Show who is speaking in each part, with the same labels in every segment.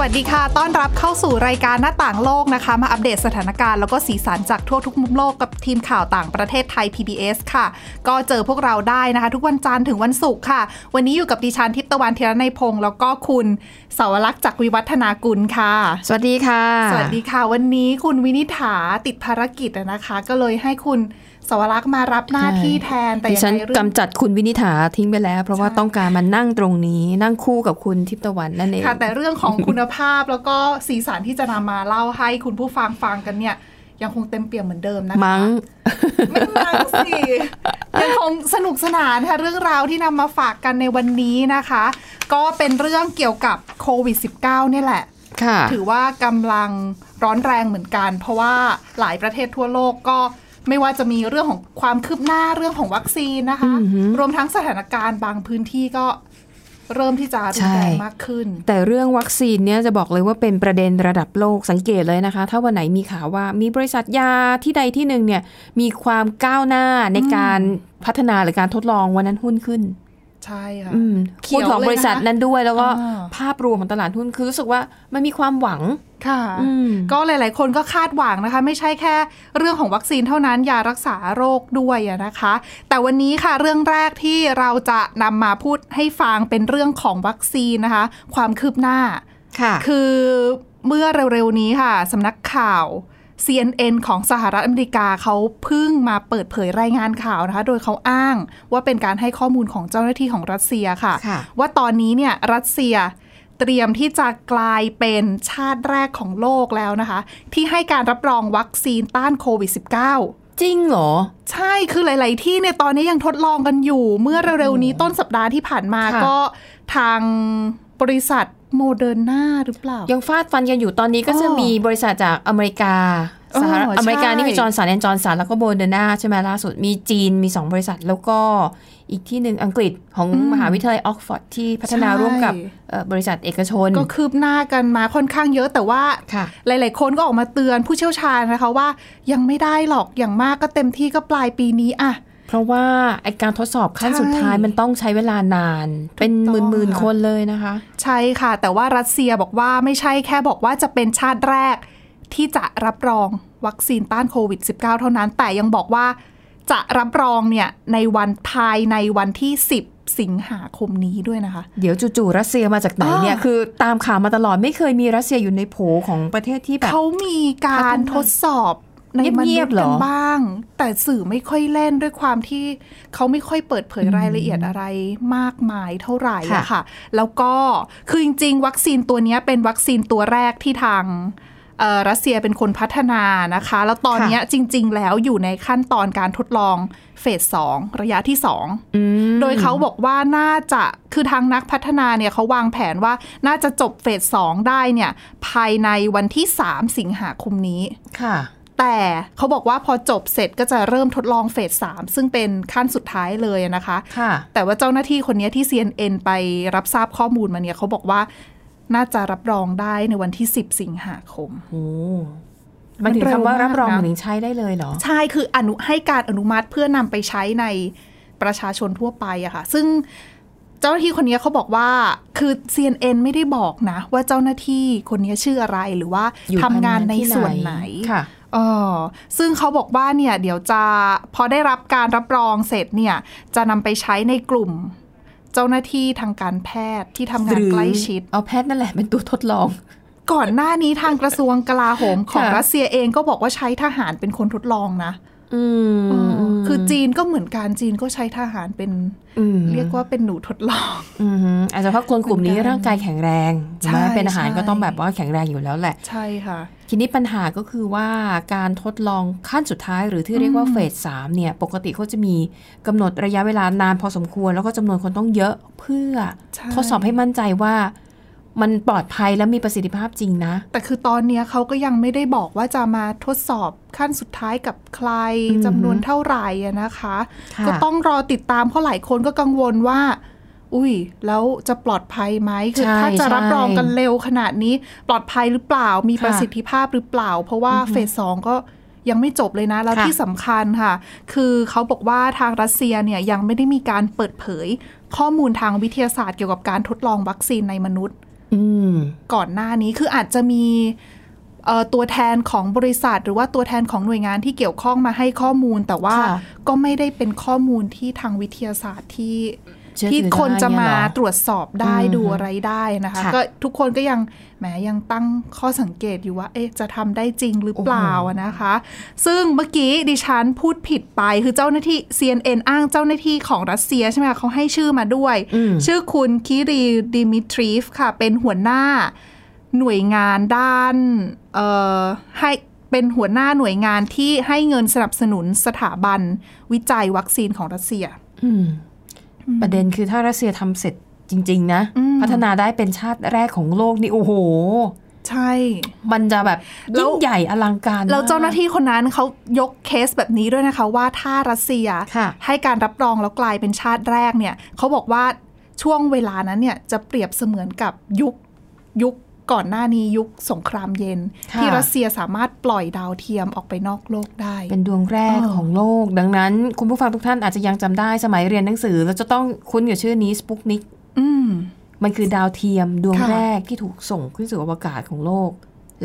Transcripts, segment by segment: Speaker 1: สวัสดีค่ะ ต้อนรับเข้าสู่รายการหน้าต่างโลกนะคะ มาอัปเดตสถานการณ์แล้วก็สีสันจากทั่วทุกมุมโลกกับทีมข่าวต่างประเทศไทย PBS ค่ะ ก็เจอพวกเราได้นะคะ ทุกวันจันทร์ถึงวันศุกร์ค่ะ วันนี้อยู่กับดิฉันทิพย์ตะวันเทียนในยพงศ์แล้วก็คุณเสาวรักษ์จากวิวัฒนากุลค่ะ
Speaker 2: สวัสดีค่ะ
Speaker 1: สวัสดีค่ะ วันนี้คุณวินิษฐาติดภารกิจอะนะคะ ก็เลยให้คุณเสาวรักษ์มารับหน้าที่แทนแต่
Speaker 2: ดิ
Speaker 1: ยัง
Speaker 2: ฉัน
Speaker 1: ไงเรื่อง
Speaker 2: กำจัดคุณวินิษฐาทิ้งไปแล้ว เพราะว่า
Speaker 1: ใช่
Speaker 2: ต้องการมานั่งตรงนี้ นั่งคู่กับคุณทิพย์ตะวันนั่นเอง
Speaker 1: ค่ะแต่เรื่องของคุณภาพแล้วก็สีสันที่จะนำมาเล่าให้คุณผู้ฟังฟังกันเนี่ย ยังคงเต็มเปี่ยมเหมือนเดิมนะคะ
Speaker 2: มัง
Speaker 1: ไม่มั้งสิ ยังคงสนุกสนานค่ะเรื่องราวที่นำมาฝากกันในวันนี้นะคะ ก็เป็นเรื่องเกี่ยวกับโควิด -19 เนี่ยแหละ
Speaker 2: ค่ะ
Speaker 1: ถือว่ากำลังร้อนแรงเหมือนกัน เพราะว่าหลายประเทศทั่วโลกก็ไม่ว่าจะมีเรื่องของความคืบหน้าเรื่องของวัคซีนนะคะ รวมทั้งสถานการณ์บางพื้นที่ก็เริ่มที่จะรุนแรง
Speaker 2: ใช่
Speaker 1: มากขึ้น
Speaker 2: แต่เรื่องวัคซีนเนี่ยจะบอกเลยว่าเป็นประเด็นระดับโลกสังเกตเลยนะคะ ถ้าวันไหนมีข่าวว่ามีบริษัทยาที่ใดที่หนึ่งเนี่ยมีความก้าวหน้าในการพัฒนาหรือการทดลองวันนั้นหุ้นขึ้น
Speaker 1: ใช่ค่ะ
Speaker 2: อืม
Speaker 1: เขี
Speaker 2: หุ้
Speaker 1: ย
Speaker 2: น
Speaker 1: ว
Speaker 2: ของบริษัทนั้นด้วยแล้วก็
Speaker 1: อ่า
Speaker 2: ภาพรวมของตลาดหุ้นคือรู้สึกว่ามันมีความหวัง
Speaker 1: ค่ะ
Speaker 2: อืม
Speaker 1: ก็หลาย ๆ คนก็คาดหวังนะคะ ไม่ใช่แค่เรื่องของวัคซีนเท่านั้นยารักษาโรคด้วยอะนะคะ แต่วันนี้ค่ะเรื่องแรกที่เราจะนำมาพูดให้ฟังเป็นเรื่องของวัคซีนนะคะ ความคืบหน้า
Speaker 2: ค่ะ
Speaker 1: คือเมื่อเร็ว ๆ นี้ค่ะสำนักข่าว CNN ของสหรัฐอเมริกาเขาเพิ่งมาเปิดเผยรายงานข่าวนะคะ โดยเขาอ้างว่าเป็นการให้ข้อมูลของเจ้าหน้าที่ของรัสเซียค่ะ
Speaker 2: ค่ะ
Speaker 1: ว่าตอนนี้เนี่ยรัสเซียเตรียมที่จะกลายเป็นชาติแรกของโลกแล้วนะคะ ที่ให้การรับรองวัคซีนต้านโควิด -19
Speaker 2: จริงเหรอ
Speaker 1: ใช่ คือหลาย ๆ ที่เนี่ยตอนนี้ยังทดลองกันอยู่ เมื่อเร็ว ๆ นี้ต้นสัปดาห์ที่ผ่านมา
Speaker 2: ค่ะ
Speaker 1: ก็ทางบริษัทโมเดอร์นาหรือเปล่า
Speaker 2: ยังฟาดฟันกันอยู่ตอนนี้ก็จะ
Speaker 1: อ๋อ
Speaker 2: มีบริษัทจากอเมริกาสหรัฐ
Speaker 1: อ๋อใช่
Speaker 2: อเมริกานี่มีจอร์นสันแอนจอร์นสันแล้วก็โบเดนาใช่ไหมล่าสุดมีจีนมี 2 บริษัทแล้วก็อีกที่หนึ่งอังกฤษของมหาวิทยาลัยออกฟอร์ดที่พัฒนาร่วมกับเอ่อบริษัทเอกชน
Speaker 1: ก็คืบหน้ากันมาค่อนข้างเยอะแต่ว่า
Speaker 2: ค่ะ
Speaker 1: หลาย ๆ คนก็ออกมาเตือนผู้เชี่ยวชาญนะคะว่ายังไม่ได้หรอกอย่างมากก็เต็มที่ก็ปลายปีนี้อะ
Speaker 2: เพราะว่าไอการทดสอบขั้น
Speaker 1: ใช่
Speaker 2: สุดท้ายมันต้องใช้เวลานาน เป็นห
Speaker 1: ต้อง
Speaker 2: มื่น
Speaker 1: ค่ะ
Speaker 2: ๆคนเลยนะคะ
Speaker 1: ใช่ค่ะ แต่ว่ารัสเซียบอกว่าไม่ใช่แค่บอกว่าจะเป็นชาติแรก ที่จะรับรองวัคซีนต้านโควิด -19 เท่านั้น แต่ยังบอกว่าจะรับรองเนี่ยในวันภายในวันที่ 10 สิงหาคมนี้ด้วยนะคะ
Speaker 2: เดี๋ยวจู่ๆรัสเซียมาจากไหนเนี่ย
Speaker 1: อ่า
Speaker 2: คือตามข่าวมาตลอดไม่เคยมีรัสเซียอยู่ในโผของประเทศที่แบบ
Speaker 1: เขามีการทดสอบในม
Speaker 2: เงี
Speaker 1: นุ
Speaker 2: ย
Speaker 1: ษ
Speaker 2: บ
Speaker 1: ย์
Speaker 2: ๆเหร
Speaker 1: กั
Speaker 2: อ
Speaker 1: นบ้าง แต่สื่อไม่ค่อยเล่นด้วยความที่เขาไม่ค่อยเปิดเผยรายละเอียดอะไรมากมายเท่าไหร่อะค่ะ แล้วก็คือจริง ๆ วัคซีนตัวเนี้ยเป็นวัคซีนตัวแรกที่ทางเอ่อรัสเซียเป็นคนพัฒนานะคะ แล้วตอนเนี้ยจริง ๆ แล้วอยู่ในขั้นตอนการทดลองเฟสสองระยะที่สอง
Speaker 2: อืม
Speaker 1: โดยเขาบอกว่าน่าจะคือทางนักพัฒนาเนี่ยเขาวางแผนว่าน่าจะจบเฟสสองได้เนี่ยภายในวันที่ 3 สิงหาคมนี้
Speaker 2: ค่ะ
Speaker 1: แต่เขาบอกว่าพอจบเสร็จก็จะเริ่มทดลองเฟส3ซึ่งเป็นขั้นสุดท้ายเลยนะคะ
Speaker 2: ค่ะ
Speaker 1: แต่ว่าเจ้าหน้าที่คนเนี้ยที่ CNN ไปรับทราบข้อมูลมาเนี่ยเขาบอกว่าน่าจะรับรองได้ในวันที่ 10 สิงหาคม
Speaker 2: โอ้มันถึงคำว่ารับรอง
Speaker 1: มันเร็วมากนะ
Speaker 2: มันถึงใช้ได้เลยเหรอ
Speaker 1: ใช่คืออนุให้การอนุมัติเพื่อนำไปใช้ในประชาชนทั่วไปอะค่ะ ซึ่งเจ้าหน้าที่คนนี้เขาบอกว่าคือ CNN ไม่ได้บอกนะ ว่าเจ้าหน้าที่คนนี้ชื่ออะไรหรือว่า
Speaker 2: อยู่
Speaker 1: ทำงานใน
Speaker 2: ที่
Speaker 1: ส่วนไหน
Speaker 2: ค่ะ
Speaker 1: เออซึ่งเขาบอกว่าเนี่ยเดี๋ยวจะพอได้รับการรับรองเสร็จเนี่ยจะนำไปใช้ในกลุ่ม เจ้าหน้าที่ทางการแพทย์ที่ทำงานใกล้ชิด
Speaker 2: เอาแพทย์นั่นแหละเป็นตัวทดลอง
Speaker 1: ก่อนหน้านี้ทางกระทรวงกลาโหมของ
Speaker 2: ค่ะ
Speaker 1: รัสเซียเองก็บอกว่าใช้ทหารเป็นคนทดลองนะ
Speaker 2: อืม
Speaker 1: คือจีนก็เหมือนกันจีนก็ใช้ทหารเป็น
Speaker 2: ม
Speaker 1: เรียกว่าเป็นหนูทดลอง
Speaker 2: อืมอาจจะเพราะคนกลุ่มนี้ร่างกายแข็งแรง
Speaker 1: ใช่
Speaker 2: แม้เป็นอาหาร
Speaker 1: ใช่
Speaker 2: ก็ต้องแบบว่าแข็งแรงอยู่แล้วแหละ
Speaker 1: ใช่ค่ะ
Speaker 2: ทีนี้ปัญหาก็คือว่าการทดลองขั้นสุดท้ายหรือที่เรียกว่าเฟสสามเนี่ย ปกติเขาจะมีกำหนดระยะเวลานานพอสมควร แล้วก็จำนวนคนต้องเยอะเพื่อ
Speaker 1: ใช่
Speaker 2: ทดสอบให้มั่นใจว่า มันปลอดภัยและมีประสิทธิภาพจริงนะ
Speaker 1: แต่คือตอนเนี้ยเขาก็ยังไม่ได้บอกว่าจะมาทดสอบขั้นสุดท้ายกับใคร
Speaker 2: อือหือ
Speaker 1: จำนวนเท่าไหร่อะนะคะ
Speaker 2: ค่ะ
Speaker 1: ก็ต้องรอติดตามเพราะหลายคนก็กังวลว่า อุ้ย แล้วจะปลอดภัยไหมคือ
Speaker 2: ใช่
Speaker 1: ถ้าจะรับ
Speaker 2: ใช่
Speaker 1: รองกันเร็วขนาดนี้ ปลอดภัยหรือเปล่ามี
Speaker 2: ค่ะ
Speaker 1: ประสิทธิภาพหรือเปล่า เพราะว่าเฟสสองก็ยังไม่จบเลยนะ แล้ว
Speaker 2: ค่ะ
Speaker 1: ที่สำคัญค่ะ คือเขาบอกว่าทางรัสเซียเนี่ยยังไม่ได้มีการเปิดเผย ข้อมูลทางวิทยาศาสตร์เกี่ยวกับการทดลองวัคซีนในมนุษย์
Speaker 2: ืม
Speaker 1: ก่อนหน้านี้คืออาจจะมีเอ่อตัวแทนของบริษัท หรือว่าตัวแทนของหน่วยงานที่เกี่ยวข้องมาให้ข้อมูล แต่ว่า
Speaker 2: ค่ะ
Speaker 1: ก็ไม่ได้เป็นข้อมูลที่ทางวิทยาศาสตร์ที่
Speaker 2: เชื่อ
Speaker 1: ที่
Speaker 2: ถือได้
Speaker 1: คนจะ
Speaker 2: เนี่ย
Speaker 1: มา
Speaker 2: เหรอ
Speaker 1: ตรวจสอบได้
Speaker 2: อืม
Speaker 1: ดูอะไรได้นะคะ
Speaker 2: ค่ะ
Speaker 1: ก็ทุกคนก็ยังแหมยังตั้งข้อสังเกตอยู่ว่า เอ๊ะจะทำได้จริงหรือเปล่า
Speaker 2: โอ้โห
Speaker 1: นะคะ ซึ่งเมื่อกี้ดิฉันพูดผิดไป คือเจ้าหน้าที่ CNN อ้างเจ้าหน้าที่ของรัสเซียใช่ไหมคะเขาให้ชื่อมาด้วย
Speaker 2: อืม
Speaker 1: ชื่อคุณคิรีดิมิทรีฟค่ะ เป็นหัวหน้าหน่วยงานด้านเอ่อให้เป็นหัวหน้าหน่วยงานที่ให้เงินสนับสนุนสถาบันวิจัยวัคซีนของรัสเซีย
Speaker 2: อืม ประเด็นคือถ้ารัสเซียทำเสร็จจริง ๆ นะ
Speaker 1: อืม
Speaker 2: พัฒนาได้เป็นชาติแรกของโลกนี่ โอ้โห
Speaker 1: ใช่
Speaker 2: มันจะแบบ
Speaker 1: แล้ว
Speaker 2: ยิ่งใหญ่อลังการ
Speaker 1: แล้ว
Speaker 2: มก
Speaker 1: เจ้าหน้าที่คนนั้นเขายกเคสแบบนี้ด้วยนะคะ ว่าถ้ารัสเซีย
Speaker 2: ค่ะ
Speaker 1: ให้การรับรองแล้วกลายเป็นชาติแรกเนี่ยเขาบอกว่าช่วงเวลานั้นเนี่ยจะเปรียบเสมือนกับยุคยุคก่อนหน้านี้ยุคสงครามเย็น
Speaker 2: ค่ะ
Speaker 1: ที่รัสเซียสามารถปล่อยดาวเทียมออกไปนอกโลกได้
Speaker 2: เป็นดวงแรก
Speaker 1: เออ
Speaker 2: ของโลก ดังนั้น คุณผู้ฟังทุกท่านอาจจะยังจำได้สมัยเรียนหนังสือ แล้วจะต้องคุ้นกับชื่อนี้สปุกนิก
Speaker 1: อืม
Speaker 2: มันคือดาวเทียมดวง
Speaker 1: ค่ะ
Speaker 2: แรกที่ถูกส่งขึ้นสู่อวกาศของโลก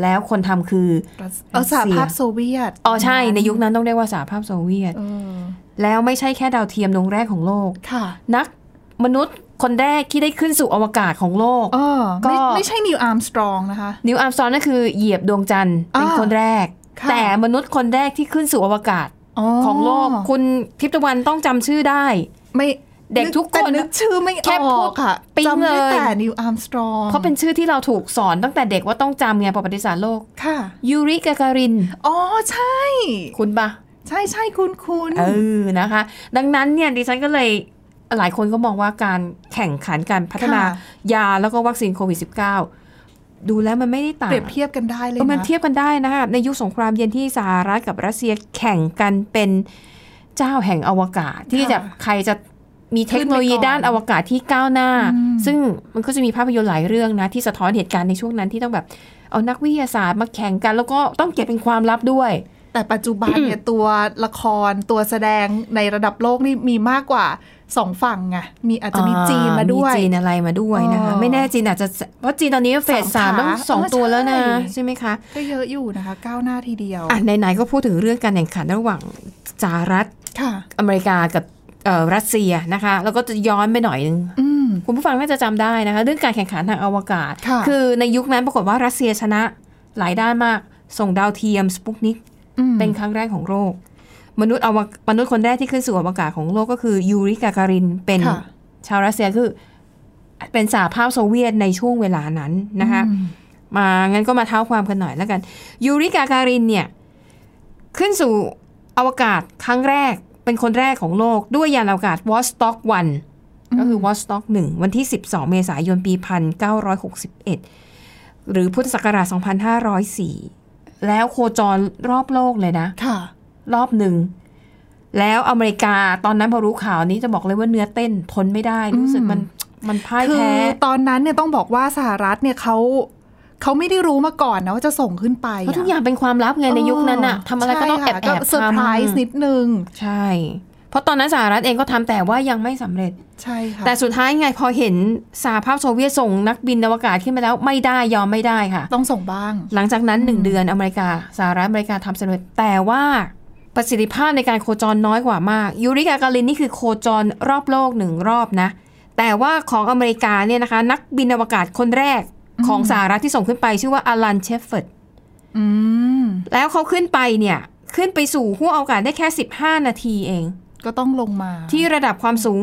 Speaker 2: แล้วคนทำคือ
Speaker 1: รัสเออสหภาพโซเวียต
Speaker 2: อ๋อใช่ ในยุคนั้นต้องเรียกว่าสหภาพโซเวียต
Speaker 1: เออ
Speaker 2: แล้วไม่ใช่แค่ดาวเทียมดวงแรกของโลก
Speaker 1: ค่ะ
Speaker 2: นักมนุษย์คนแรกที่ได้ขึ้นสู่อวกาศของโลก
Speaker 1: เออ
Speaker 2: ก็
Speaker 1: ไม่ไม่ใช่นิวอาร์มสตรองนะคะ
Speaker 2: นิวอาร์มสตรองนั่นคือเหยียบดวงจันทร์เป็น
Speaker 1: อ่า
Speaker 2: คนแรก
Speaker 1: ค่ะ
Speaker 2: แต่มนุษย์คนแรกที่ขึ้นสู่อวกาศของโลก คุณทิพย์ตะวันต้องจำชื่อได้
Speaker 1: ไม่
Speaker 2: เด็กทุกคน
Speaker 1: แต่นึกชื่อไม่
Speaker 2: แค่
Speaker 1: อ
Speaker 2: พู
Speaker 1: อ
Speaker 2: ด
Speaker 1: กค่ะ
Speaker 2: ปิ๊ง
Speaker 1: จำได้
Speaker 2: เลย
Speaker 1: แต่นิวอาร์มสตรอง
Speaker 2: เพราะเป็นชื่อที่เราถูกสอนตั้งแต่เด็กว่าต้องจำไงประวัติศาสตร์โลก
Speaker 1: ค่ะ
Speaker 2: ยูริกาการิน
Speaker 1: อ๋อ ใช่
Speaker 2: คุณปะ
Speaker 1: ใช่ใช่คุณคุณ
Speaker 2: เออนะคะ ดังนั้นเนี่ยดิฉันก็เลยหลายคนก็มองว่าการแข่งขันการพัฒนายาแล้วก็วัคซีนโควิด -19 ดูแล้วมันไม่ได้ต่าง
Speaker 1: เปรียบเทียบกันได้เลย
Speaker 2: เออมัน
Speaker 1: นะ
Speaker 2: เทียบกันได้นะคะในยุคสงครามเย็นที่สหรัฐกับรัสเซียแข่งกันเป็นเจ้าแห่งอวกาศ ที่จะใครจะมีเทคโนโลยี
Speaker 1: ขึ้นไปก่อน
Speaker 2: ด้านอวกาศที่ก้าวหน้า
Speaker 1: อืม
Speaker 2: ซึ่งมันก็จะมีภาพยนตร์หลายเรื่องนะที่สะท้อนเหตุการณ์ในช่วงนั้นที่ต้องแบบเอานักวิทยาศาสตร์มาแข่งกัน แล้วก็ต้องเก็บเป็นความลับด้วย
Speaker 1: แต่ปัจจุบันเนี่ย ตัวละครตัวแสดงในระดับโลกนี่มีมากกว่าสองฝั่งไงมีอาจจะมีจีนมาด้วย
Speaker 2: จีนอะไรมาด้วยนะคะ
Speaker 1: อ๋อ
Speaker 2: ไม่แน่จีนอาจจะเพราะจีนตอนนี้เฟส
Speaker 1: สา
Speaker 2: สาม ม
Speaker 1: ขา
Speaker 2: ต้องสอง
Speaker 1: เออ
Speaker 2: ตัวแล้วนะ
Speaker 1: ใช่
Speaker 2: ใช่ไหมคะ
Speaker 1: ก็เยอะอยู่นะคะ ก้าวหน้าทีเดียว
Speaker 2: อ่ะไหนๆก็พูดถึงเรื่องการแข่งขันระหว่างสหรัฐ
Speaker 1: ค่ะ
Speaker 2: อเมริกากับเอ่อรัสเซียนะคะ แล้วก็จะย้อนไปหน่อยนึง
Speaker 1: อืม
Speaker 2: คุณผู้ฟังน่าจะจำได้นะคะ เรื่องการแข่งขันทางอวกาศ
Speaker 1: ค่ะ
Speaker 2: อในยุคนั้นปรากฏว่ารัสเซียชนะหลายด้านมาก ส่งดาวเทียมสปุกนิก
Speaker 1: อืม
Speaker 2: เป็นครั้งแรกของโลกมนุษย์อวกมนุษย์คนแรกที่ขึ้นสู่อวกาศของโลกก็คือยูริกาการินเป็น
Speaker 1: ค่ะ
Speaker 2: ชาวรัสเซียคือเป็นสหภาพโซเวียตในช่วงเวลานั้นนะคะ
Speaker 1: อืม
Speaker 2: มางั้นก็มาเท้าความกันหน่อยแล้วกันยูริกาการินเนี่ย ขึ้นสู่อวกาศครั้งแรกเป็นคนแรกของโลกด้วยยานอวกาศวอสต็อกวันก็คือวอสต็อกหนึ่งวันที่ 12 เมษายนปี 1961 หรือพุทธศักราช 2504 แล้วโคจรรอบโลกเลยนะ
Speaker 1: ค่ะ
Speaker 2: รอบหนึ่ง แล้วอเมริกาตอนนั้นพอรู้ข่าวนี้จะบอกเลยว่าเนื้อเต้นทนไม่ได้ รู้สึกมันมันพ่าย
Speaker 1: คือ
Speaker 2: แพ้
Speaker 1: ตอนนั้นเนี่ยต้องบอกว่าสหรัฐเนี่ยเขาเขาไม่ได้รู้มาก่อนนะว่าจะส่งขึ้นไป
Speaker 2: เพราะทุกอย่างเป็นความลับไงในยุคนั้นอะทำอะไรก็ต้องแอบแอบ
Speaker 1: เซอร์ไพรส์นิดนึง
Speaker 2: ใช่ เพราะตอนนั้นสหรัฐเองก็ทำแต่ว่ายังไม่สำเร็จ
Speaker 1: ใช่ค่ะ
Speaker 2: แต่สุดท้ายไงพอเห็นสหภาพโซเวียตส่งนักบินอวกาศขึ้นมาแล้วไม่ได้ยอมไม่ได้ค่ะ
Speaker 1: ต้องส่งบ้าง
Speaker 2: หลังจากนั้นหนึ่งเดือนอเมริกาสหรัฐอเมริกาทำสำเร็จแต่ว่าประสิทธิภาพในการโคจรน้อยกว่ามากยูริกาการินนี่คือโคจรรอบโลกหนึ่งรอบนะ แต่ว่าของอเมริกาเนี่ยนะคะ นักบินอวกาศคนแรกของสหรัฐที่ส่งขึ้นไปชื่อว่าอลันเชฟเฟิร์ด
Speaker 1: อืม
Speaker 2: แล้วเขาขึ้นไปเนี่ย ขึ้นไปสู่ห้วงอวกาศได้แค่ 15 นาทีเอง
Speaker 1: ก็ต้องลงมา
Speaker 2: ที่ระดับความสูง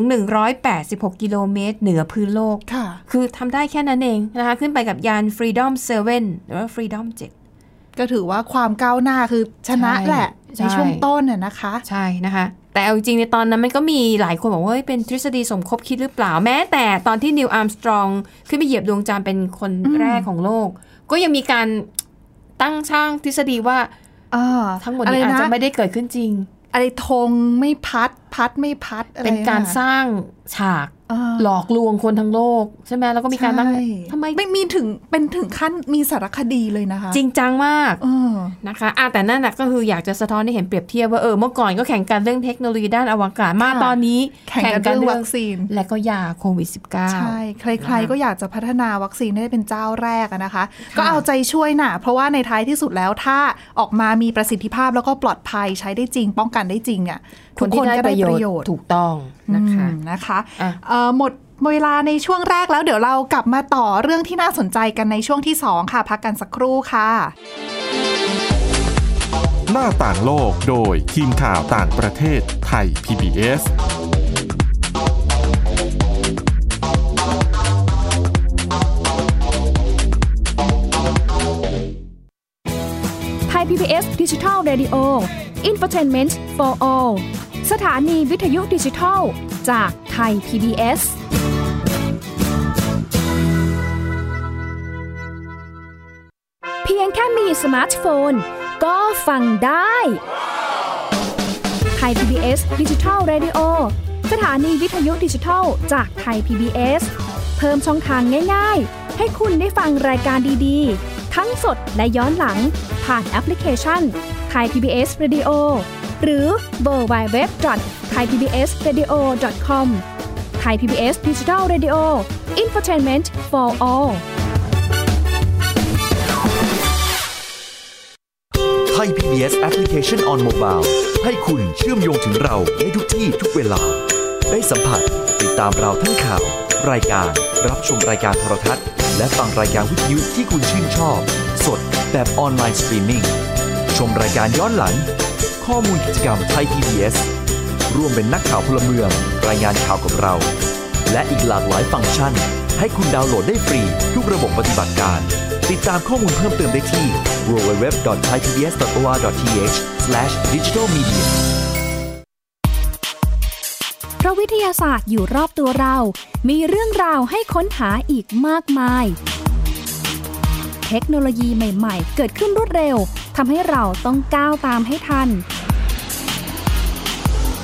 Speaker 2: 186 กิโลเมตร เหนือพื้นโลก
Speaker 1: ค่ะ
Speaker 2: คือทำได้แค่นั้นเองนะคะ ขึ้นไปกับยาน Freedom 7 หรือว่า Freedom 7
Speaker 1: ก็ถือว่าความก้าวหน้าคือชนะ
Speaker 2: ใช่
Speaker 1: แหละ
Speaker 2: ใช่
Speaker 1: ในช่วงต้นน่ะนะคะ
Speaker 2: ใช่นะคะ แต่เอาจริงๆในตอนนั้นมันก็มีหลายคนบอกว่าเฮ้ยเป็นทฤษฎีสมคบคิดหรือเปล่าแม้แต่ตอนที่นิวอาร์มสตรองขึ้นไปเหยียบดวงจันทร์เป็นคน
Speaker 1: อืม
Speaker 2: แรกของโลก ก็ยังมีการตั้งช่างทฤษฎีว่า
Speaker 1: อ่า
Speaker 2: ทั้งหมด
Speaker 1: อะไร
Speaker 2: นี้อาจ
Speaker 1: นะ
Speaker 2: จะไม่ได้เกิดขึ้นจริง
Speaker 1: อะไรธงไม่พัด พัดไม่พัดอะไร
Speaker 2: เป็นการ
Speaker 1: อะ
Speaker 2: สร้างฉาก
Speaker 1: อ่า
Speaker 2: หลอกลวงคนทั้งโลก ใช่ไหมแล้วก็มีการตั้ง
Speaker 1: ใช่
Speaker 2: ทำไม
Speaker 1: ไม่มีถึงเป็นถึงขั้นมีสารคดีเลยนะคะ
Speaker 2: จริงจังมาก
Speaker 1: เออ
Speaker 2: นะคะอ่ะแต่นั่นนะก็คืออยากจะสะท้อนให้เห็นเปรียบเทียบว่าเออเมื่อก่อนก็แข่งกันเรื่องเทคโนโลยีด้านอวกาศมา
Speaker 1: ค่ะ
Speaker 2: ตอนนี้
Speaker 1: แข่งกันเรื่องวัคซีน
Speaker 2: และก็ยาโควิด -19
Speaker 1: ใช่ ใครๆ ก็อยากจะพัฒนาวัคซีนให้เป็นเจ้าแรกอะนะคะ ก็เอาใจช่วยน่ะ เพราะว่าในท้ายที่สุดแล้วถ้าออกมามีประสิทธิภาพแล้วก็ปลอดภัยใช้ได้จริง ป้องกันได้จริงเนี่ย
Speaker 2: คนที่ได้ประโยชน์ถูกต้องนะคะ
Speaker 1: อืมนะคะ
Speaker 2: อ่ะ
Speaker 1: เอ่อหมดเวลาในช่วงแรกแล้วเดี๋ยวเรากลับมาต่อเรื่องที่น่าสนใจกันในช่วงที่สองค่ะ พักกันสักครู่ค่ะ
Speaker 3: หน้าต่างโลกโดยทีมข่าวต่างประเทศไทย PBS
Speaker 4: ไทย PBS Digital Radio Infotainment for All สถานีวิทยุดิจิทัล จากไทย PBS เพียงแค่มีสมาร์ทโฟน ก็ฟังได้ไทย PBS Digital Radio สถานีวิทยุดิจิทัล จากไทย PBS เพิ่มช่องทางง่ายๆ ให้คุณได้ฟังรายการดีๆ ทั้งสดและย้อนหลัง ผ่านแอปพลิเคชันไทย PBS Radio หรือเวอร์ไบเว็บไทยพีบีเอสเรดิโอคอมไทยพีบีเอสดิจิทัลเรดิโออินฟอร์ทนเมนต์ for all
Speaker 5: ไทย PBS Application on Mobile ให้คุณเชื่อมโยงถึงเราในทุกที่ทุกเวลา ได้สัมผัสติดตามเราทั้งข่าว รายการ รับชมรายการโทรทัศน์ และฟังรายการวิทยุที่คุณชื่นชอบ สดแบบออนไลน์สตรีมมิ่งชมรายการย้อนหลัง ข้อมูลกิจกรรมไทย PBS ร่วมเป็นนักข่าวพลเมือง รายงานข่าวกับเรา และอีกหลากหลายฟังก์ชัน ให้คุณดาวน์โหลดได้ฟรี ทุกระบบปฏิบัติการ ติดตามข้อมูลเพิ่มเติมได้ที่ www.thaipbs.or.th/digitalmedia
Speaker 4: เพราะวิทยาศาสตร์อยู่รอบตัวเรา มีเรื่องราวให้ค้นหาอีกมากมาย เทคโนโลยีใหม่ๆ เกิดขึ้นรวดเร็ว ทำให้เราต้องก้าวตามให้ทัน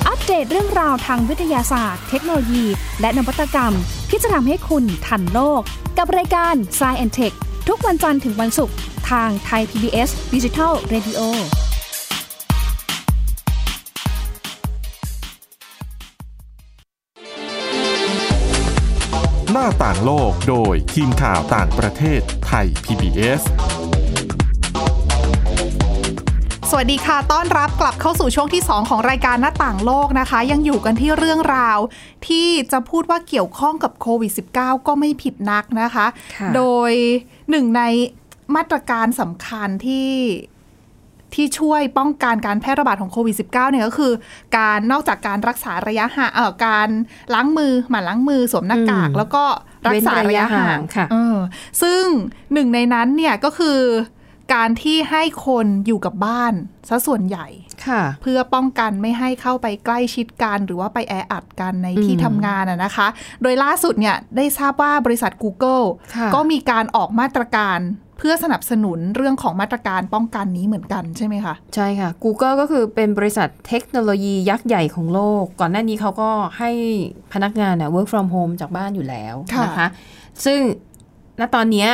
Speaker 4: อัปเดตเรื่องราวทางวิทยาศาสตร์ เทคโนโลยี และนวัตกรรม ที่จะทำให้คุณทันโลก กับรายการ s c i e n t e c h ทุกวันจันทร์ถึงวันศุกร์ทางไทย PBS Digital Radio
Speaker 3: หน้าต่างโลกโดยทีมข่าวต่างประเทศไทย PBS
Speaker 1: สวัสดีค่ะ ต้อนรับกลับเข้าสู่ช่วงที่ 2 ของรายการหน้าต่างโลกนะคะ ยังอยู่กันที่เรื่องราว ที่จะพูดว่าเกี่ยวข้องกับโควิด -19 ก็ไม่ผิดนักนะคะ
Speaker 2: ค่ะ
Speaker 1: โดยหนึ่งในมาตรการสำคัญที่ที่ช่วยป้องกันการแพร่ระบาดของโควิด -19 เนี่ยก็คือ การนอกจากการรักษาระยะห่างเอ่อการล้างมือหมั่นล้างมือสวมหน้ากาก
Speaker 2: อืม
Speaker 1: แล้วก็รักษาระยะห่าง
Speaker 2: เว้นระยะห่างค่ะ
Speaker 1: เออซึ่งหนึ่งในนั้นเนี่ยก็คือการที่ให้คนอยู่กับบ้านซะส่วนใหญ่
Speaker 2: ค่ะ
Speaker 1: เพื่อป้องกันไม่ให้เข้าไปใกล้ชิดกันหรือว่าไปแออัดกันในที่
Speaker 2: อืม
Speaker 1: ทำงานอะนะคะ โดยล่าสุดเนี่ยได้ทราบว่าบริษัท Google
Speaker 2: ค่ะ
Speaker 1: ก็มีการออกมาตรการเพื่อสนับสนุนเรื่องของมาตรการป้องกันนี้เหมือนกันใช่ไหมคะ
Speaker 2: ใช่ค่ะ Google ก็คือเป็นบริษัทเทคโนโลยียักษ์ใหญ่ของโลก ก่อนหน้านี้เขาก็ให้พนักงานน่ะ work from home จากบ้านอยู่แล้ว
Speaker 1: ค่ะ
Speaker 2: นะคะ ซึ่งณตอนเนี้ย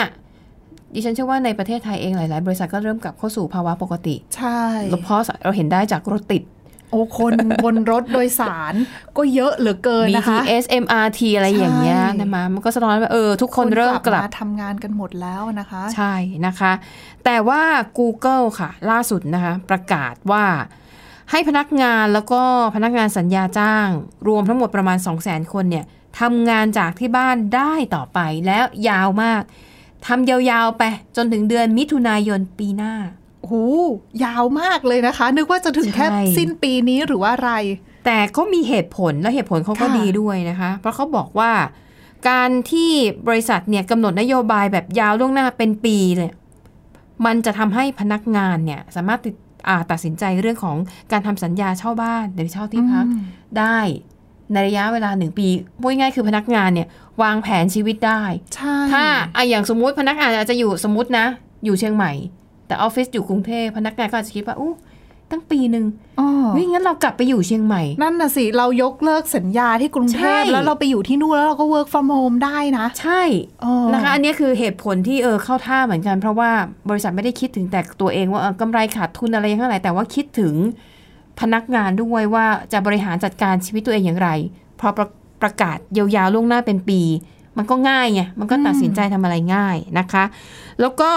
Speaker 2: ดิฉันเชื่อว่าในประเทศไทยเองหลาย ๆ บริษัทก็เริ่มกลับเข้าสู่ภาวะปกติ
Speaker 1: ใช่
Speaker 2: แล้วเพราะเราเห็นได้จากรถติด
Speaker 1: โอ้คน บนรถโดยสารก็เยอะเหลือเกินนะคะ
Speaker 2: BTS MRT อะไรอย่างเงี้ยนะคะมันก็สะท้อนว่าเออ ทุกคนเริ่มกลับ
Speaker 1: มาทำงานกันหมดแล้วนะคะ
Speaker 2: ใช่นะคะ แต่ว่า Google ค่ะ ล่าสุดนะคะ ประกาศว่า ให้พนักงานแล้วก็พนักงานสัญญาจ้าง รวมทั้งหมดประมาณ 200,000 คนเนี่ยทำงานจากที่บ้านได้ต่อไปแล้วยาวมากทำยาวๆไปจนถึงเดือนมิถุนายนปีหน้า
Speaker 1: โอ้โหยาวมากเลยนะคะ นึกว่าจะถึงแค่
Speaker 2: ใช่
Speaker 1: สิ้นปีนี้หรือว่าอะไร
Speaker 2: แต่เขามีเหตุผลและเหตุผลเขาก็
Speaker 1: ค่ะ
Speaker 2: ดีด้วยนะคะ เพราะเขาบอกว่า การที่บริษัทเนี่ยกำหนดนโยบายแบบยาวล่วงหน้าเป็นปีเนี่ยมันจะทำให้พนักงานเนี่ยสามารถติดอ่าตัดสินใจเรื่องของการทำสัญญาเช่าบ้านหรือเช่าที่พัก
Speaker 1: อืม
Speaker 2: ได้ในระยะเวลาหนึ่งปีพูดง่ายๆคือพนักงานเนี่ยวางแผนชีวิตได้
Speaker 1: ใช่
Speaker 2: ถ้าอ่ะอย่างสมมุติพนักงานอาจจะอยู่สมมตินะ อยู่เชียงใหม่ แต่ออฟฟิศอยู่กรุงเทพพนักงานก็อาจจะคิดว่าอู้ ตั้งปีหนึ่ง
Speaker 1: อ๋อ
Speaker 2: เฮ้ยงั้นเรากลับไปอยู่เชียงใหม่
Speaker 1: นั่นน่ะสิ เรายกเลิกสัญญาที่กรุงเท
Speaker 2: ใช่
Speaker 1: พแล้วเราไปอยู่ที่นู่นแล้วเราก็ work from home ได้นะ
Speaker 2: ใช่
Speaker 1: อ๋อ
Speaker 2: นะคะอันนี้คือเหตุผลที่เออเข้าท่าเหมือนกัน เพราะว่าบริษัทไม่ได้คิดถึงแต่ตัวเองว่าเออกำไรขาดทุนอะไรเท่าไหร่แต่ว่าคิดถึงพนักงานด้วยว่าจะบริหารจัดการชีวิตตัวเองอย่างไร พอประประกาศเยียวยาล่วงหน้าเป็นปี มันก็ง่ายไงมันก็ตัดสินใจทำอะไรง่ายนะคะ แล้วก็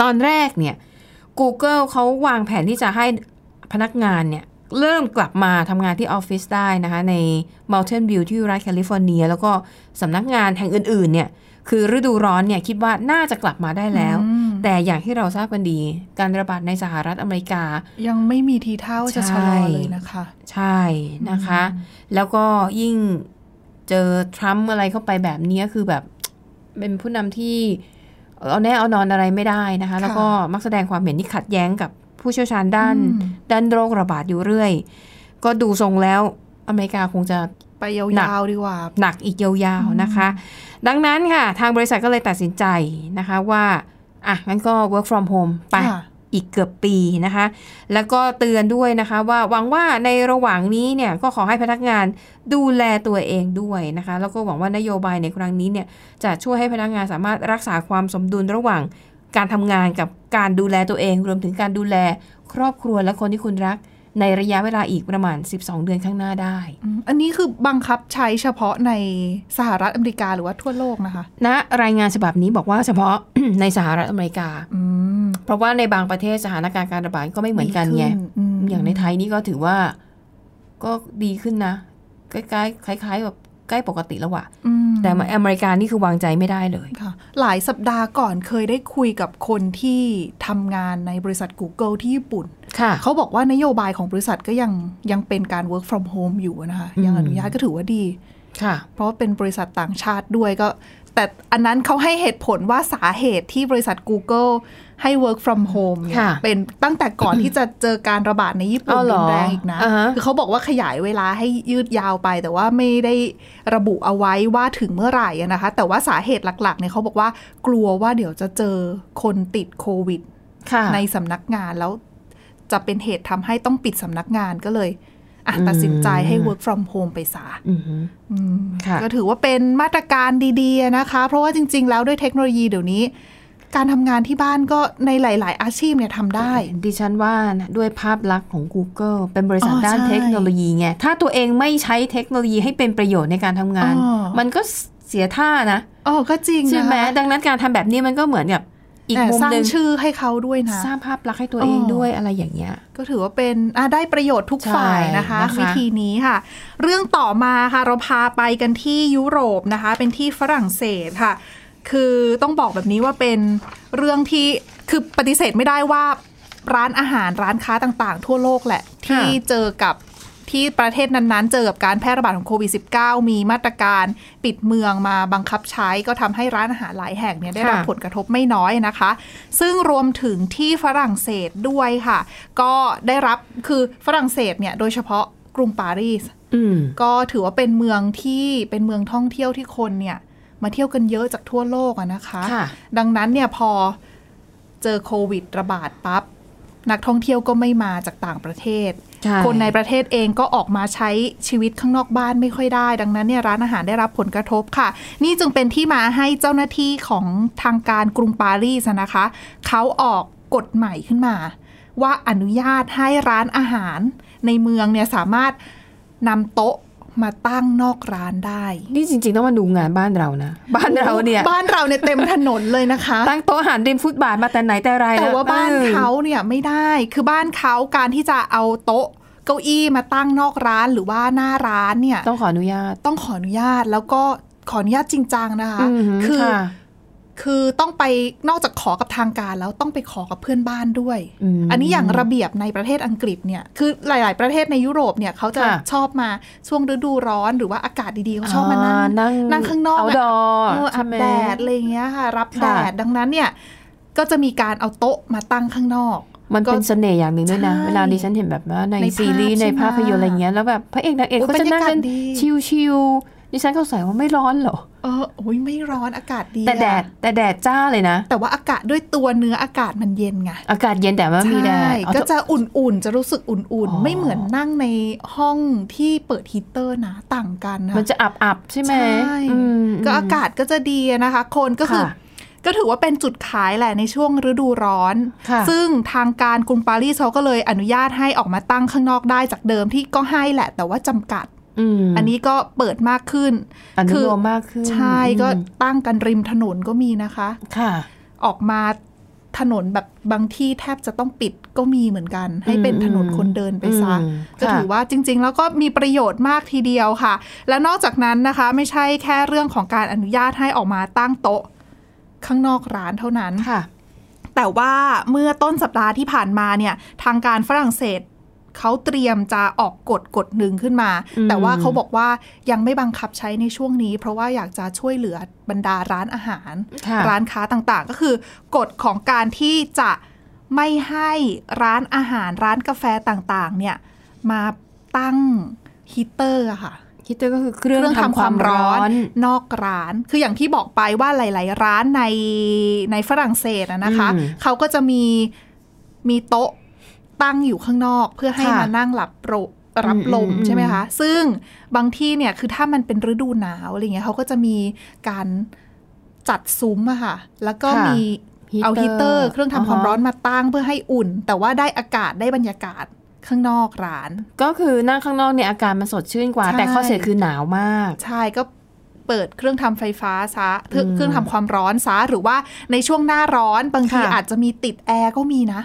Speaker 2: ตอนแรกเนี่ย Google เขาวางแผนที่จะให้พนักงานเนี่ย เริ่มกลับมาทำงานที่ออฟฟิศได้นะคะ ใน Mountain View ที่รัฐแคลิฟอร์เนีย แล้วก็สำนักงานแห่งอื่น ๆ เนี่ย คือฤดูร้อนเนี่ย คิดว่าน่าจะกลับมาได้แล้ว
Speaker 1: อืม
Speaker 2: แต่อย่างที่เราทราบกันดี การระบาดในสหรัฐอเมริกา
Speaker 1: ยังไม่มีทีท่าว่าจะชะลอ
Speaker 2: ใช่
Speaker 1: เลยนะคะ
Speaker 2: ใช่นะคะ แล้วก็ยิ่งเจอทรัมป์อะไรเข้าไปแบบนี้คือแบบ เป็นผู้นำที่เอาแน่เอานอนอะไรไม่ได้นะคะ แล้วก็มักแสดงความเห็นที่ขัดแย้งกับผู้เชี่ยวชาญด้าน
Speaker 1: อืม
Speaker 2: ด้านโรคระบาดอยู่เรื่อย ก็ดูทรงแล้วอเมริกาคงจะ
Speaker 1: ไปยา
Speaker 2: หนัก
Speaker 1: วๆดีกว่า
Speaker 2: หนักอีกยาวๆนะคะ ดังนั้นค่ะ ทางบริษัทก็เลยตัดสินใจนะคะว่า อ่ะ งั้นก็ work from home ไป
Speaker 1: ค่ะ
Speaker 2: อีกเกือบปีนะคะ แล้วก็เตือนด้วยนะคะว่าหวังว่าในระหว่างนี้เนี่ยก็ขอให้พนักงานดูแลตัวเองด้วยนะคะ แล้วก็หวังว่านโยบายในครั้งนี้เนี่ยจะช่วยให้พนักงานสามารถรักษาความสมดุลระหว่างการทำงานกับการดูแลตัวเอง รวมถึงการดูแลครอบครัวและคนที่คุณรัก ในระยะเวลาอีกประมาณ 12 เดือนข้างหน้าได้
Speaker 1: อืมอันนี้คือบังคับใช้เฉพาะในสหรัฐอเมริกาหรือว่าทั่วโลกนะคะ
Speaker 2: นะรายงานฉบับนี้บอกว่าเฉพาะ ในสหรัฐอเมริกา
Speaker 1: อืม
Speaker 2: เพราะว่าในบางประเทศสถานการณ์การระบาดก็ไม่เหมือนกันไง
Speaker 1: ดีขึ้อืม
Speaker 2: อย่างในไทยนี่ก็ถือว่าก็ดีขึ้นนะ ใกล้ๆคล้าย ๆ แบบใกล้ปกติแล้วว่ะ
Speaker 1: อืม
Speaker 2: แต่อเมริกานี่คือวางใจไม่ได้เลย
Speaker 1: ค่ะหลายสัปดาห์ก่อนเคยได้คุยกับคนที่ทำงานในบริษัท Google ที่ญี่ปุ่น
Speaker 2: ค่ะ
Speaker 1: เขาบอกว่านโยบายของบริษัทก็ยังยังเป็นการ work from home อยู่นะคะ ยังอนุญาตก็ถือว่าดี
Speaker 2: ค่ะ
Speaker 1: เพราะว่าเป็นบริษัทต่างชาติด้วยก็ แต่อันนั้นเขาให้เหตุผลว่าสาเหตุที่บริษัท Google ให้ work from home เนี่ย
Speaker 2: ค่ะ
Speaker 1: เป็นตั้งแต่ก่อนที่จะเจอการระบาดในญี่ปุ่น
Speaker 2: เอาเหร
Speaker 1: รุ
Speaker 2: อน
Speaker 1: แรงอีกนะ
Speaker 2: อ่าฮะ
Speaker 1: คือเขาบอกว่าขยายเวลาให้ยืดยาวไป แต่ว่าไม่ได้ระบุเอาไว้ว่าถึงเมื่อไหร่อะนะคะ แต่ว่าสาเหตุหลักๆเนี่ยเขาบอกว่ากลัวว่าเดี๋ยวจะเจอคนติดโควิด
Speaker 2: ค่ะ
Speaker 1: ในสำนักงานแล้วจะเป็นเหตุทำให้ต้องปิดสำนักงานก็เลยอ่ะตัดสินใจให้ work from home ไปซะ
Speaker 2: อือหือ
Speaker 1: อืม
Speaker 2: ค่ะ
Speaker 1: ก็ถือว่าเป็นมาตรการดีๆนะคะ เพราะว่าจริง ๆ แล้วด้วยเทคโนโลยีเดี๋ยวนี้ การทำงานที่บ้านก็ในหลาย ๆ อาชีพเนี่ยทำได้
Speaker 2: ดิฉันว่านะด้วยภาพลักษณ์ของ Google เป็นบริษัท
Speaker 1: อ๋อ
Speaker 2: ด้าน
Speaker 1: ใช่
Speaker 2: เทคโนโลยีไง ถ้าตัวเองไม่ใช้เทคโนโลยีให้เป็นประโยชน์ในการทำงาน
Speaker 1: อ๋อ
Speaker 2: มันก็เสียท่านะ
Speaker 1: อ๋อก็จริง
Speaker 2: ใช่
Speaker 1: นะ
Speaker 2: ไหม
Speaker 1: คะ
Speaker 2: ดังนั้นการทำแบบนี้มันก็เหมือนกับอีก
Speaker 1: แต่
Speaker 2: มุม
Speaker 1: สร้า
Speaker 2: ห
Speaker 1: ง
Speaker 2: นึ่ง
Speaker 1: ชื่อให้เขาด้วยนะ
Speaker 2: สร้างภาพลักษณ์ให้ตัวเอง
Speaker 1: อ๋อ
Speaker 2: ด้วยอะไรอย่างเงี้ย
Speaker 1: ก็ถือว่าเป็นอ่ะได้ประโยชน์ทุก
Speaker 2: ใช่
Speaker 1: ฝ่ายนะคะ
Speaker 2: นะคะ
Speaker 1: วิธีนี้ค่ะ เรื่องต่อมาค่ะ เราพาไปกันที่ยุโรปนะคะ เป็นที่ฝรั่งเศสค่ะ คือต้องบอกแบบนี้ว่าเป็นเรื่องที่คือปฏิเสธไม่ได้ว่าร้านอาหารร้านค้าต่างๆ ทั่วโลกแหละ ที่เจอกับที่ประเทศนั้นๆ เจอกับการแพร่ระบาดของโควิด -19 มีมาตรการปิดเมืองมาบังคับใช้ก็ทำให้ร้านอาหารหลายแห่งเนี่ยได้รับ
Speaker 2: ค่ะ
Speaker 1: ผลกระทบไม่น้อยนะคะ ซึ่งรวมถึงที่ฝรั่งเศสด้วยค่ะ ก็ได้รับคือฝรั่งเศสเนี่ยโดยเฉพาะกรุงปารีส
Speaker 2: อืม
Speaker 1: ก็ถือว่าเป็นเมืองที่เป็นเมืองท่องเที่ยวที่คนเนี่ย มาเที่ยวกันเยอะจากทั่วโลกอะนะคะ
Speaker 2: ค่ะ
Speaker 1: ดังนั้นเนี่ยพอเจอโควิดระบาดปั๊บ นักท่องเที่ยวก็ไม่มาจากต่างประเทศ
Speaker 2: ใช่
Speaker 1: คนในประเทศเองก็ออกมาใช้ชีวิตข้างนอกบ้านไม่ค่อยได้ ดังนั้นเนี่ยร้านอาหารได้รับผลกระทบค่ะ นี่จึงเป็นที่มาให้เจ้าหน้าที่ของทางการกรุงปารีสอะนะคะ เขาออกกฎใหม่ขึ้นมา ว่าอนุญาตให้ร้านอาหารในเมืองเนี่ยสามารถนำโต๊ะมาตั้งนอกร้านได้
Speaker 2: นี่จริงๆ ต้องมาดูงานบ้านเรานะ บ้านเราเนี่ย
Speaker 1: บ้านเราเนี่ยเต็มถนนเลยนะคะ
Speaker 2: ตั้งโต๊ะอาหารริมฟุตบาทมาแต่ไหนแต่ไร
Speaker 1: แต่ว่าบ้าน
Speaker 2: ออ
Speaker 1: เขาเนี่ยไม่ได้ คือบ้านเขาการที่จะเอาโต๊ะเก้าอี้มาตั้งนอกร้านหรือว่าหน้าร้านเนี่ย
Speaker 2: ต้องขออนุญาต
Speaker 1: ต้องขออนุญาตแล้วก็ขออนุญาตจริงจังนะคะ
Speaker 2: อืม
Speaker 1: คือ
Speaker 2: ค่ะ
Speaker 1: คือต้องไปนอกจากขอกับทางการแล้วต้องไปขอกับเพื่อนบ้านด้วย
Speaker 2: ม
Speaker 1: อันนี้อย่างระเบียบในประเทศอังกฤษเนี่ยคือหลาย ๆ ประเทศในยุโรปเนี่ยเขาจะ
Speaker 2: ค่ะ
Speaker 1: ชอบมาช่วงฤดูร้อนหรือว่าอากาศดี ๆเขาชอบมานั่ง
Speaker 2: นั่ง
Speaker 1: นั่งข้างนอกอะ
Speaker 2: เอาดอ
Speaker 1: เอออาบแดดอะไรอย่างเงี้ยค่ะ รับแดดดังนั้นเนี่ยก็จะมีการเอาโต๊ะมาตั้งข้างนอก
Speaker 2: มันเป็นเสน่ห์อย่างหนึ่งด้วยนะ
Speaker 1: ใช่
Speaker 2: เวลาดิฉันเห็นแบบว่าใน
Speaker 1: ใน
Speaker 2: ซีรีส์
Speaker 1: ภาพ
Speaker 2: ในภาพ
Speaker 1: ใช่ไหม
Speaker 2: ยนตร์อะไรเงี้ยแล้วแบบพระเอกนางเอก
Speaker 1: โอ้
Speaker 2: ก็จะนั่งกัน
Speaker 1: บรรยากาศดี
Speaker 2: ชิว ดิฉันเข้าใส่ว่าไม่ร้อนเหรอ
Speaker 1: เออโอ้ยไม่ร้อนอากาศดี
Speaker 2: แต่แดด
Speaker 1: อะ
Speaker 2: แต่แดดจ้าเลยนะ
Speaker 1: แต่ว่าอากาศด้วยตัวเนื้ออากาศมันเย็นไง
Speaker 2: อากาศเย็นแต่ว่ามีแดด
Speaker 1: ใช่
Speaker 2: เอา
Speaker 1: ก็
Speaker 2: เถอะ
Speaker 1: จะอุ่นๆ จะรู้สึกอุ่น
Speaker 2: อ๋อ
Speaker 1: ๆ ไม่เหมือนนั่งในห้องที่เปิดฮีตเตอร์นะต่างกันนะ
Speaker 2: มันจะอับอับๆใช่ไหม
Speaker 1: ใช่
Speaker 2: อืม
Speaker 1: ก็อากาศก็จะดีนะคะ คนก็คือ
Speaker 2: ะ
Speaker 1: ก็ถือว่าเป็นจุดขายแหละในช่วงฤดูร้อน
Speaker 2: ค่ะ
Speaker 1: ซึ่งทางการกรุงปารีสเขาก็เลยอนุญาตให้ออกมาตั้งข้างนอกได้จากเดิมที่ก็ให้แหละ แต่ว่าจำกัด
Speaker 2: อืม
Speaker 1: อันนี้ก็เปิดมากขึ้น
Speaker 2: อนุ
Speaker 1: คือ
Speaker 2: โลมมากขึ้น
Speaker 1: ใช่ก็
Speaker 2: อืม
Speaker 1: ตั้งกันริมถนนก็มีนะคะ
Speaker 2: ค่ะ
Speaker 1: ออกมาถนนแบบบางที่แทบจะต้องปิดก็มีเหมือนกัน ให้เป็นถนนคนเดินไปซะ
Speaker 2: อืม
Speaker 1: ก็
Speaker 2: ค่ะ
Speaker 1: ถือว่าจริง ๆ แล้วก็มีประโยชน์มากทีเดียวค่ะ และนอกจากนั้นนะคะ ไม่ใช่แค่เรื่องของการอนุญาตให้ออกมาตั้งโต๊ะข้างนอกร้านเท่านั้น
Speaker 2: ค่ะ
Speaker 1: แต่ว่าเมื่อต้นสัปดาห์ที่ผ่านมาเนี่ยทางการฝรั่งเศสเขาเตรียมจะออกกฎกฎหนึ่งขึ้นมา
Speaker 2: อืม
Speaker 1: แต่ว่าเขาบอกว่ายังไม่บังคับใช้ในช่วงนี้ เพราะว่าอยากจะช่วยเหลือบรรดาร้านอาหาร
Speaker 2: ค่ะ
Speaker 1: ร้านค้าต่างๆ ก็คือกฎของการที่จะไม่ให้ร้านอาหารร้านกาแฟต่างๆ เนี่ยมาตั้งฮีตเตอร์อะค่ะ
Speaker 2: ฮิตเตอร์ก็คือเครื่องทำความร้อน
Speaker 1: นอกร้าน คืออย่างที่บอกไปว่าหลาย ๆ ร้านในในฝรั่งเศสอะนะคะ
Speaker 2: อืม
Speaker 1: เขาก็จะมีมีโต๊ะตั้งอยู่ข้างนอก เพื่อให้
Speaker 2: ค่ะ
Speaker 1: มานั่งหลับโรรับ
Speaker 2: อืม
Speaker 1: ลม
Speaker 2: อืม
Speaker 1: ใช่ไหมคะ ซึ่งบางที่เนี่ยคือถ้ามันเป็นฤดูหนาวอะไรเงี้ยเขาก็จะมีการจัดซุ้มอะค่ะ แล้วก็มี เอาฮีเตอร์เครื่องทำความร้อนมาตั้งเพื่อให้อุ่น แต่ว่าได้อากาศได้บรรยากาศข้างนอกร้าน
Speaker 2: ก็คือนั่งข้างนอกเนี่ยอาการมันสดชื่นกว่า
Speaker 1: ใช่
Speaker 2: แต่ข้อเสียคือหนาวมาก
Speaker 1: ใช่ก็เปิดเครื่องทำไฟฟ้าซะเครื่อง
Speaker 2: อืม
Speaker 1: เครื่องทำความร้อนซะหรือว่าในช่วงหน้าร้อนบางที
Speaker 2: ค่ะ
Speaker 1: อาจจะมีติดแอร์ก็มีนะ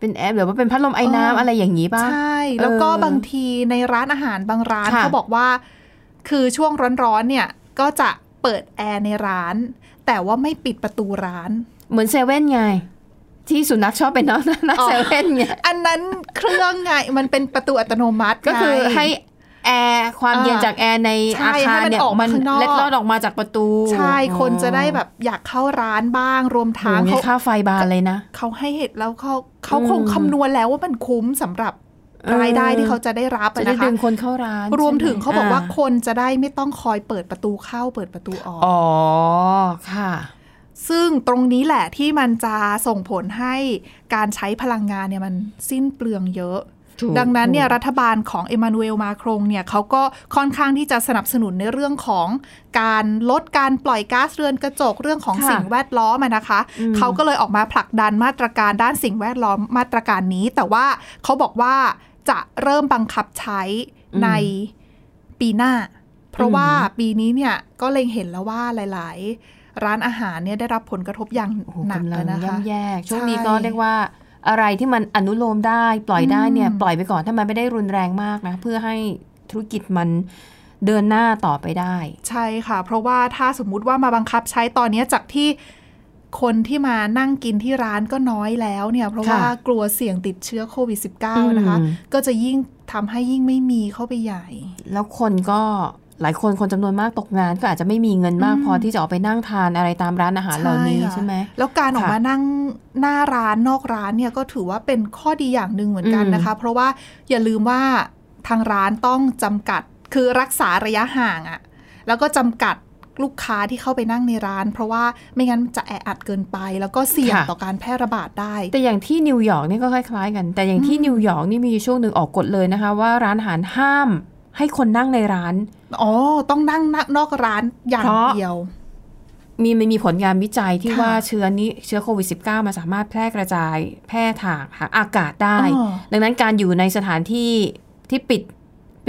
Speaker 2: เป็นแอปหรือว่าเป็นพัดลมไอ้น้ำ
Speaker 1: เอออ
Speaker 2: อะไรอย่างนี้ป่ะ
Speaker 1: ใช่ แล้วก็
Speaker 2: เออบ
Speaker 1: างทีในร้านอาหารบางร้าน
Speaker 2: ค่ะ
Speaker 1: เขาบอกว่า คือช่วงร้อนๆเนี่ยก็จะเปิดแอร์ในร้าน แต่ว่าไม่ปิดประตูร้าน
Speaker 2: เหมือนเซเว่นไง ที่สุนัขชอบไปนอน หน้า
Speaker 1: อ๋อ
Speaker 2: เซเว่นไง
Speaker 1: อันนั้นเครื่องไงมันเป็นประตูอัตโนมัติ
Speaker 2: ก็คือ
Speaker 1: ไง
Speaker 2: ให้แอร์ความเย็น
Speaker 1: อ่า
Speaker 2: จากแอร์ใน
Speaker 1: ใช่
Speaker 2: อาคารเนี่ย
Speaker 1: ให้มันออกมาข้างนอก
Speaker 2: เล็ดลอดออกมาจากประตู
Speaker 1: ใช่
Speaker 2: อ๋อ
Speaker 1: คนจะได้แบบอยากเข้าร้านบ้างรวม
Speaker 2: โห
Speaker 1: ทั้ง
Speaker 2: งั้น
Speaker 1: เขา
Speaker 2: ค่าไฟบานเลยนะ
Speaker 1: เขาให้เหตุแล้วเขาเขา
Speaker 2: อืม
Speaker 1: คงคำนวณแล้วว่ามันคุ้มสำหรับ
Speaker 2: เออ
Speaker 1: รายได้ที่เขาจะได้รับ
Speaker 2: จะ
Speaker 1: อะ
Speaker 2: ได้
Speaker 1: นะคะ
Speaker 2: ดึงคนเข้าร้าน
Speaker 1: รวมถึง
Speaker 2: ใช่ไห
Speaker 1: เขาบอกว่า
Speaker 2: ะ
Speaker 1: คนจะได้ไม่ต้องคอยเปิดประตูเข้าเปิดประตูออก
Speaker 2: อ๋อค่ะ
Speaker 1: ซึ่งตรงนี้แหละที่มันจะส่งผลให้การใช้พลังงานเนี่ยมันสิ้นเปลืองเยอะ
Speaker 2: ถูก
Speaker 1: ดังนั้นเนี่ย
Speaker 2: ถูก
Speaker 1: รัฐบาลของเอมานูเอลมาครงเนี่ยเขาก็ค่อนข้างที่จะสนับสนุนในเรื่องของการลดการปล่อยก๊าซเรือนกระจกเรื่องของ
Speaker 2: ค่ะ
Speaker 1: สิ่งแวดล้อมอะนะคะ
Speaker 2: อืม
Speaker 1: เขาก็เลยออกมาผลักดันมาตรการด้านสิ่งแวดล้อมมาตรการนี้ แต่ว่าเขาบอกว่าจะเริ่มบังคับใช้ในปีหน้า เพราะว่าปีนี้เนี่ยก็เล็งเห็นแล้วว่าหลาย ๆ ร้านอาหารเนี่ยได้รับผลกระทบอย่าง
Speaker 2: โอ้โห
Speaker 1: หนัก
Speaker 2: กำลั
Speaker 1: แล้ว
Speaker 2: ง
Speaker 1: นะคะ
Speaker 2: ย่ำแย่ช่วงนี้
Speaker 1: ใช่
Speaker 2: ก็เรียกว่าอะไรที่มันอนุโลมได้ปล่อยได้เนี่ย
Speaker 1: อืม
Speaker 2: ปล่อยไปก่อนถ้ามันไม่ได้รุนแรงมากนะ เพื่อให้ธุรกิจมันเดินหน้าต่อไปได้
Speaker 1: ใช่ค่ะ เพราะว่าถ้าสมมุติว่ามาบังคับใช้ตอนเนี้ยจากที่คนที่มานั่งกินที่ร้านก็น้อยแล้วเนี่ยเพราะ
Speaker 2: ค่ะ
Speaker 1: ว่ากลัวเสี่ยงติดเชื้อโควิด -19 นะคะ
Speaker 2: อืม
Speaker 1: ก็จะยิ่งทำให้ยิ่งไม่มีเข้าไปใหญ่
Speaker 2: แล้วคนก็หลายคนคนจำนวนมากตกงาน ก็อาจจะไม่มีเงินมาก
Speaker 1: อืม
Speaker 2: พอที่จะออกไปนั่งทานอะไรตามร้านอาหารเหล่านี้
Speaker 1: ค่ะ
Speaker 2: ใช่ไหม
Speaker 1: แล้วการออก
Speaker 2: ค่ะ
Speaker 1: มานั่งหน้าร้านนอกร้านเนี่ยก็ถือว่าเป็นข้อดีอย่างหนึ่งเหมือนกัน
Speaker 2: อืม
Speaker 1: นะคะ เพราะว่าอย่าลืมว่าทางร้านต้องจำกัดคือรักษาระยะห่างอะแล้วก็จำกัดลูกค้าที่เข้าไปนั่งในร้าน เพราะว่าไม่งั้นจะแออัดเกินไป แล้วก็เสี่ยง
Speaker 2: ค่ะ
Speaker 1: ต่อการแพร่ระบาดได้
Speaker 2: แต่อย่างที่นิวยอร์กนี่ก็คล้ายๆกัน แต่อย่างที่
Speaker 1: อืม
Speaker 2: นิวยอร์กนี่มีช่วงหนึ่งออกกฎเลยนะคะ ว่าร้านอาหารห้ามให้คนนั่งในร้าน
Speaker 1: อ๋อต้องนั่งนอกร้านอย่าง
Speaker 2: เพราะ
Speaker 1: เดียว
Speaker 2: มีมันมีผลงานวิจัยที่
Speaker 1: ค่ะ
Speaker 2: ว่าเชื้อนี้เชื้อโควิด -19 มันสามารถแพร่กระจายแพร่ทางทางอากาศได้
Speaker 1: อ๋อ
Speaker 2: ดังนั้นการอยู่ในสถานที่ที่ปิด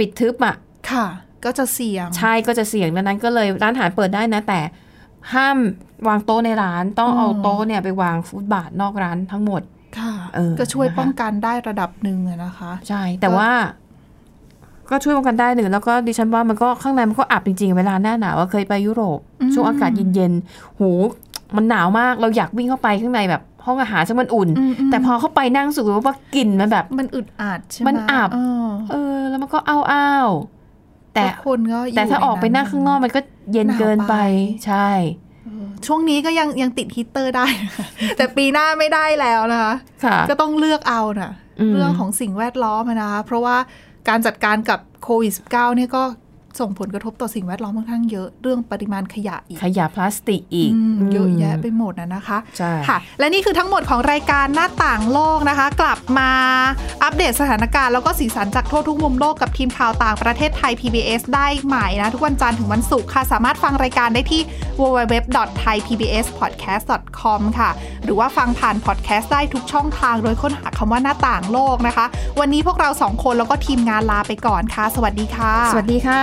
Speaker 2: ปิดทึบอ่ะ
Speaker 1: ค่ะ ก็จะเสี่ยง
Speaker 2: ใช่ก็จะเสี่ยงดังนั้นก็เลยร้านอาหารเปิดได้นะ แต่ห้ามวางโต๊ะในร้านต้อง
Speaker 1: อ๋อ
Speaker 2: เอาโต๊ะเนี่ยไปวางฟุตบาทนอกร้านทั้งหมด
Speaker 1: ค่ะ
Speaker 2: เออ
Speaker 1: ก็ช่วย
Speaker 2: นะคะ
Speaker 1: ป้องกันได้ระดับหนึ่งอะนะคะ
Speaker 2: ใช่ แต่
Speaker 1: ก็
Speaker 2: ว่าก็ช่วยป้องกันได้หนึ่งแล้วก็ดิฉันว่ามันก็ข้างในมันก็อับจริงๆ เวลาหน้าหนาวอะเคยไปยุโรป ช่วงอากาศเย็นๆโหมันหนาวมากเราอยากวิ่งเข้าไปข้างในแบบ ห้องอาหารซึ่งมันอุ่น
Speaker 1: มๆ
Speaker 2: แต่พอเข้าไปนั่งรู้สุกว่ากลิ่นมันแบบ
Speaker 1: มันอึดอัดใช่ไหม
Speaker 2: มันอับ
Speaker 1: เอ
Speaker 2: เออ แล้วมันก็อ้าวอ้าวๆแต่
Speaker 1: แต่คนก็ยู่
Speaker 2: แต่ถ้าออกไปนั่งข้างนอก
Speaker 1: ใ
Speaker 2: มันก็เย็นเกินไป
Speaker 1: หนาวไป
Speaker 2: ใช่
Speaker 1: เออช่วงนี้ก็ยังยังติดฮีตเตอร์ได้ แต่ปีหน้าไม่ได้แล้วนะคะ
Speaker 2: ค่ะ
Speaker 1: ก็ต้องเลือกเอานะ
Speaker 2: อืม
Speaker 1: เรื่องของสิ่งแวดล้อมอะนะคะเพราะว่าการจัดการกับโควิด -19 เนี่ยก็ ส่งผลกระทบต่อสิ่งแวดล้อมค่อนข้างเยอะเรื่องปริมาณขยะอีก
Speaker 2: ขยะพลาสติกอีก
Speaker 1: มเยอะแยะ
Speaker 2: ม
Speaker 1: ไปหมดนะนะคะ
Speaker 2: ใช่
Speaker 1: ค่ะ และนี่คือทั้งหมดของรายการหน้าต่างโลกนะคะ กลับมาอัปเดตสถานการณ์แล้วก็สีสันจากทั่วทุกมุมโลกกับทีมข่าวต่างประเทศไทย PBS ได้ใหม่นะ ทุกวันจันทร์ถึงวันศุกร์ค่ะ สามารถฟังรายการได้ที่ www.thaipbspodcast.com ค่ะ หรือว่าฟังผ่านพอดแคสต์ได้ทุกช่องทางโดยค้นหาคำว่าหน้าต่างโลกนะคะ วันนี้พวกเราสองคนแล้วก็ทีมงานลาไปก่อนค่ะ สวัสดีค่ะ
Speaker 2: สวัสดีค่ะ